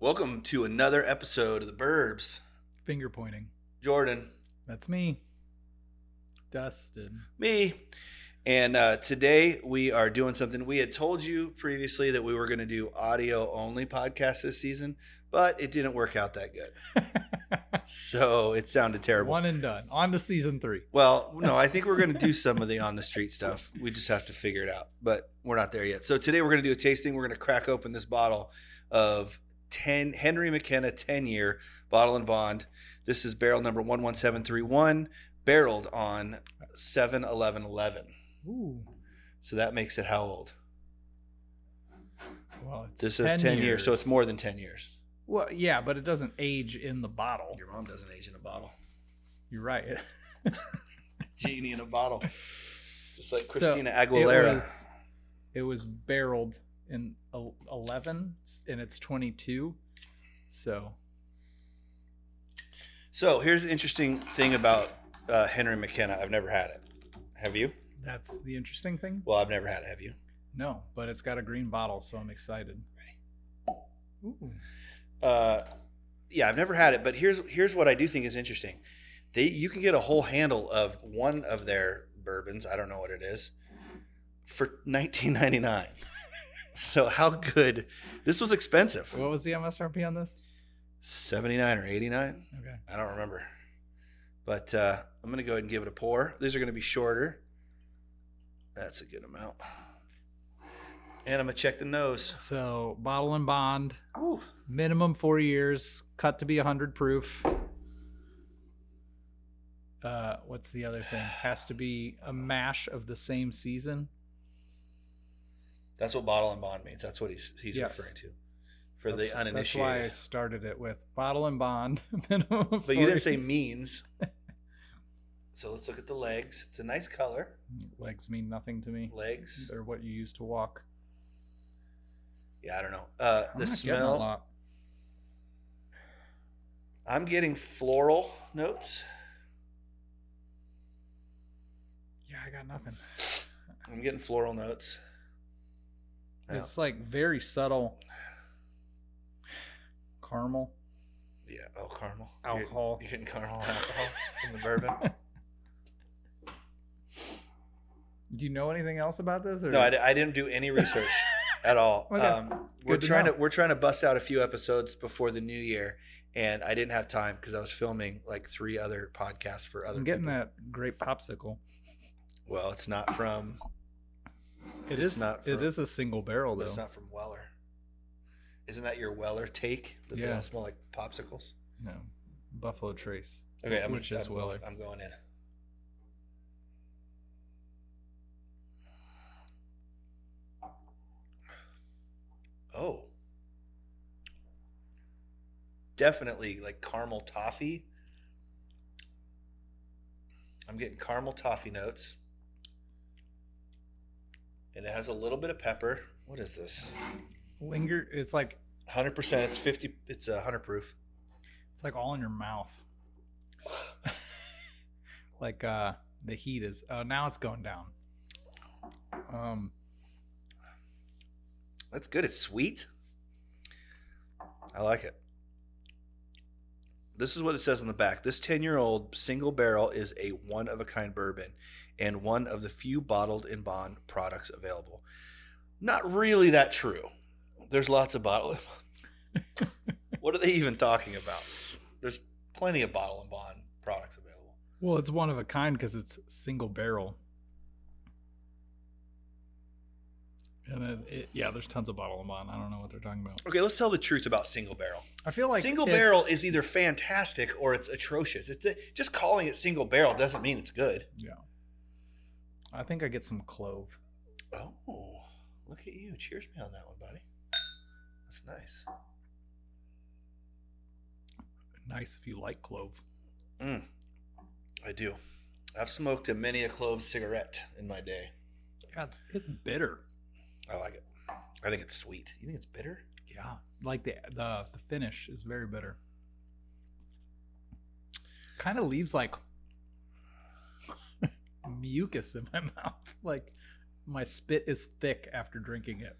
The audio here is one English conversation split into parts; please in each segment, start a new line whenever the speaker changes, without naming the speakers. Welcome to another episode of the Burbs.
Finger pointing.
Jordan,
That's me. Dustin.
me, and uh, today we are doing something. We had told you previously that we were going to do audio only podcast this season, but it didn't work out that good. So it sounded terrible.
One and done. On to season three.
Well, no, I think we're going to do some of the on the street stuff. We just have to figure it out, but we're not there yet. So today we're going to do a tasting. We're going to crack open this bottle of 10 Henry McKenna 10 year bottle and bond. This is barrel number 11731, barreled on 7 11
Ooh.
So that makes it how old?
Well, it's
This is 10 years. so it's more than 10 years.
Well, yeah, but it doesn't age in the bottle.
Your mom doesn't age in a bottle.
You're right.
Genie in a bottle. Just like
So,
Christina
It
Aguilera.
was, it was barreled in el- 11 and it's 22. So,
So here's the interesting thing about uh, Henry McKenna. I've never had it. Have you?
that's the interesting thing.
Well, I've never had it. Have you?
No, but it's got a green bottle, so I'm excited. Ooh.
Uh, yeah, I've never had it. But here's here's what I do think is interesting. They you can get a whole handle of one of their bourbons. I don't know what it is for 19.99. so how good? This was expensive.
What was the MSRP on this?
79 or 89.
Okay.
I don't remember. But uh, I'm going to go ahead and give it a pour. These are going to be shorter. That's a good amount. And I'm going to check the nose.
So, bottle and bond,
Ooh.
minimum four years, cut to be 100 proof. Uh, what's the other thing? Has to be a mash of the same season.
That's what bottle and bond means. That's what he's he's
Yes.
referring to for the
That's- That's why I
uninitiated.
started it with bottle and bond, minimum. of
But you didn't
four
say
years.
means. so let's look at the legs. It's a nice color.
Legs mean nothing to me.
Legs.
They're what you use to walk.
Yeah, I don't know. Uh,
Mm-hmm. I'm
the
not getting a
smell.
lot.
I'm getting floral notes.
Yeah, I got nothing.
I'm getting floral notes. Yeah.
It's like very subtle caramel.
Yeah. Oh, caramel. You're-
Alcohol.
You're, getting caramel alcohol from the bourbon.
Do you know anything else about this? Or?
No, I, di- I didn't do any research at all.
Okay.
Um, we're
Good to
trying
know.
to we're trying to bust out a few episodes before the new year, and I didn't have time because I was filming like three other podcasts for other.
I'm getting
people.
that grape popsicle.
Well, it's not from.
It
It's
is.
not
it
for-
is a single barrel
but
though.
It's not from Weller. Isn't that your Weller take that they
Yeah.
all smell like popsicles?
no, Buffalo Trace.
Okay, I'm
Which is
I'm going-
Weller.
I'm going in. Oh. Definitely like caramel toffee. I'm getting caramel toffee notes. And it has a little bit of pepper. What is this?
Linger. It's like
100%. It's 50 it's a 100 proof.
it's like all in your mouth. like uh the heat is. Oh, now it's going down. Um,
That's good. It's sweet. I like it. This is what it says on the back. This 10 year old single barrel is a one of a kind bourbon and one of the few bottled in bond products available. Not really that true. There's lots of bottle. what are they even talking about? There's plenty of bottle and bond products available.
well, it's one of a kind because it's single barrel. And then it, yeah, there's tons of bottle of bond. I don't know what they're talking about.
Okay, let's tell the truth about single barrel.
I feel like
single
it's-
barrel is either fantastic or it's atrocious. It's just calling it single barrel doesn't mean it's good.
Yeah. I think I get some clove.
Oh, look at you. Cheers me on that one, buddy. That's nice.
Nice if you like clove.
Mm, I do. I've smoked a many a clove cigarette in my day.
Yeah, it's, it's bitter.
I like it. I think it's sweet. You think it's bitter?
Yeah, like the the, the finish is very bitter. Kind of leaves like mucus in my mouth. Like my spit is thick after drinking it.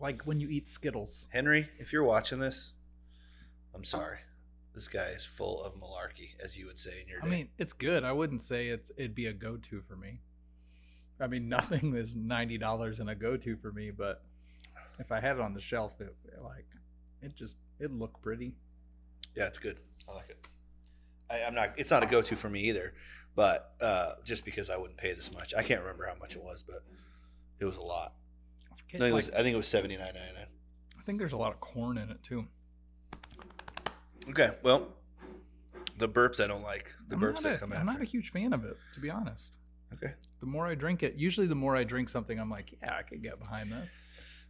Like when you eat Skittles.
Henry, if you're watching this, I'm sorry. This guy is full of malarkey, as you would say in your
I
day.
mean, it's good. I wouldn't say it's it'd be a go-to for me. I mean, nothing is ninety dollars and a go-to for me, but if I had it on the shelf, it like it just it looked pretty.
yeah, it's good. I like it. I, I'm not. It's not a go-to for me either, but uh, just because I wouldn't pay this much, I can't remember how much it was, but it was a lot.
I,
I
forget,
think it
like,
was. I think it was seventy nine ninety nine.
I think there's a lot of corn in it too.
Okay, well, the burps I don't like. The
I'm
burps
not
that
a-
come
I'm not
after.
a huge fan of it, to be honest.
okay.
The more I drink it, usually the more I drink something, I'm like, yeah, I could get behind this.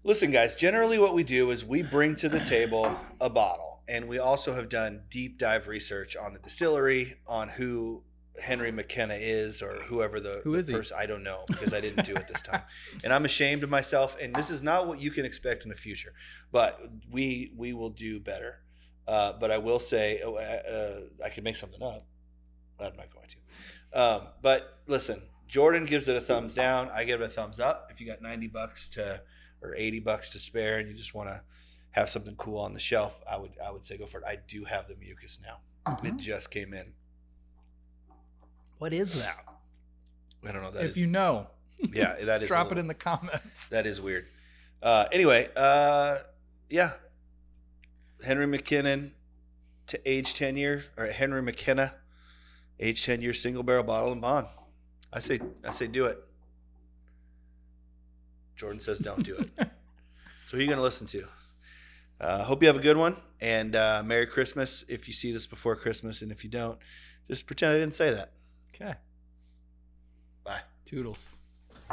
Listen, guys, generally what we do is we bring to the table a bottle, and we also have done deep dive research on the distillery, on who Henry McKenna is, or whoever the,
Who
the
is he?
person. I don't know because I didn't do it this time, and I'm ashamed of myself. And this is not what you can expect in the future, but we we will do better. Uh, but I will say uh, uh, I could make something up. I'm not going to. Um, but listen, Jordan gives it a thumbs down. I give it a thumbs up. If you got 90 bucks to or 80 bucks to spare and you just want to have something cool on the shelf, I would I would say go for it. I do have the mucus now. It just came in.
What is that?
I don't know that
if
is.
you know,
yeah, that is a
drop
little-
it in the comments.
That is weird. Uh, anyway, uh, yeah. Henry McKinnon to age 10 years, or Henry McKenna, age 10 years single barrel bottle and bond. I say, I say, do it. Jordan says, don't do it. so, who are you going to listen to? Uh, hope you have a good one and uh, Merry Christmas if you see this before Christmas. And if you don't, just pretend I didn't say that.
Okay.
Bye.
Toodles.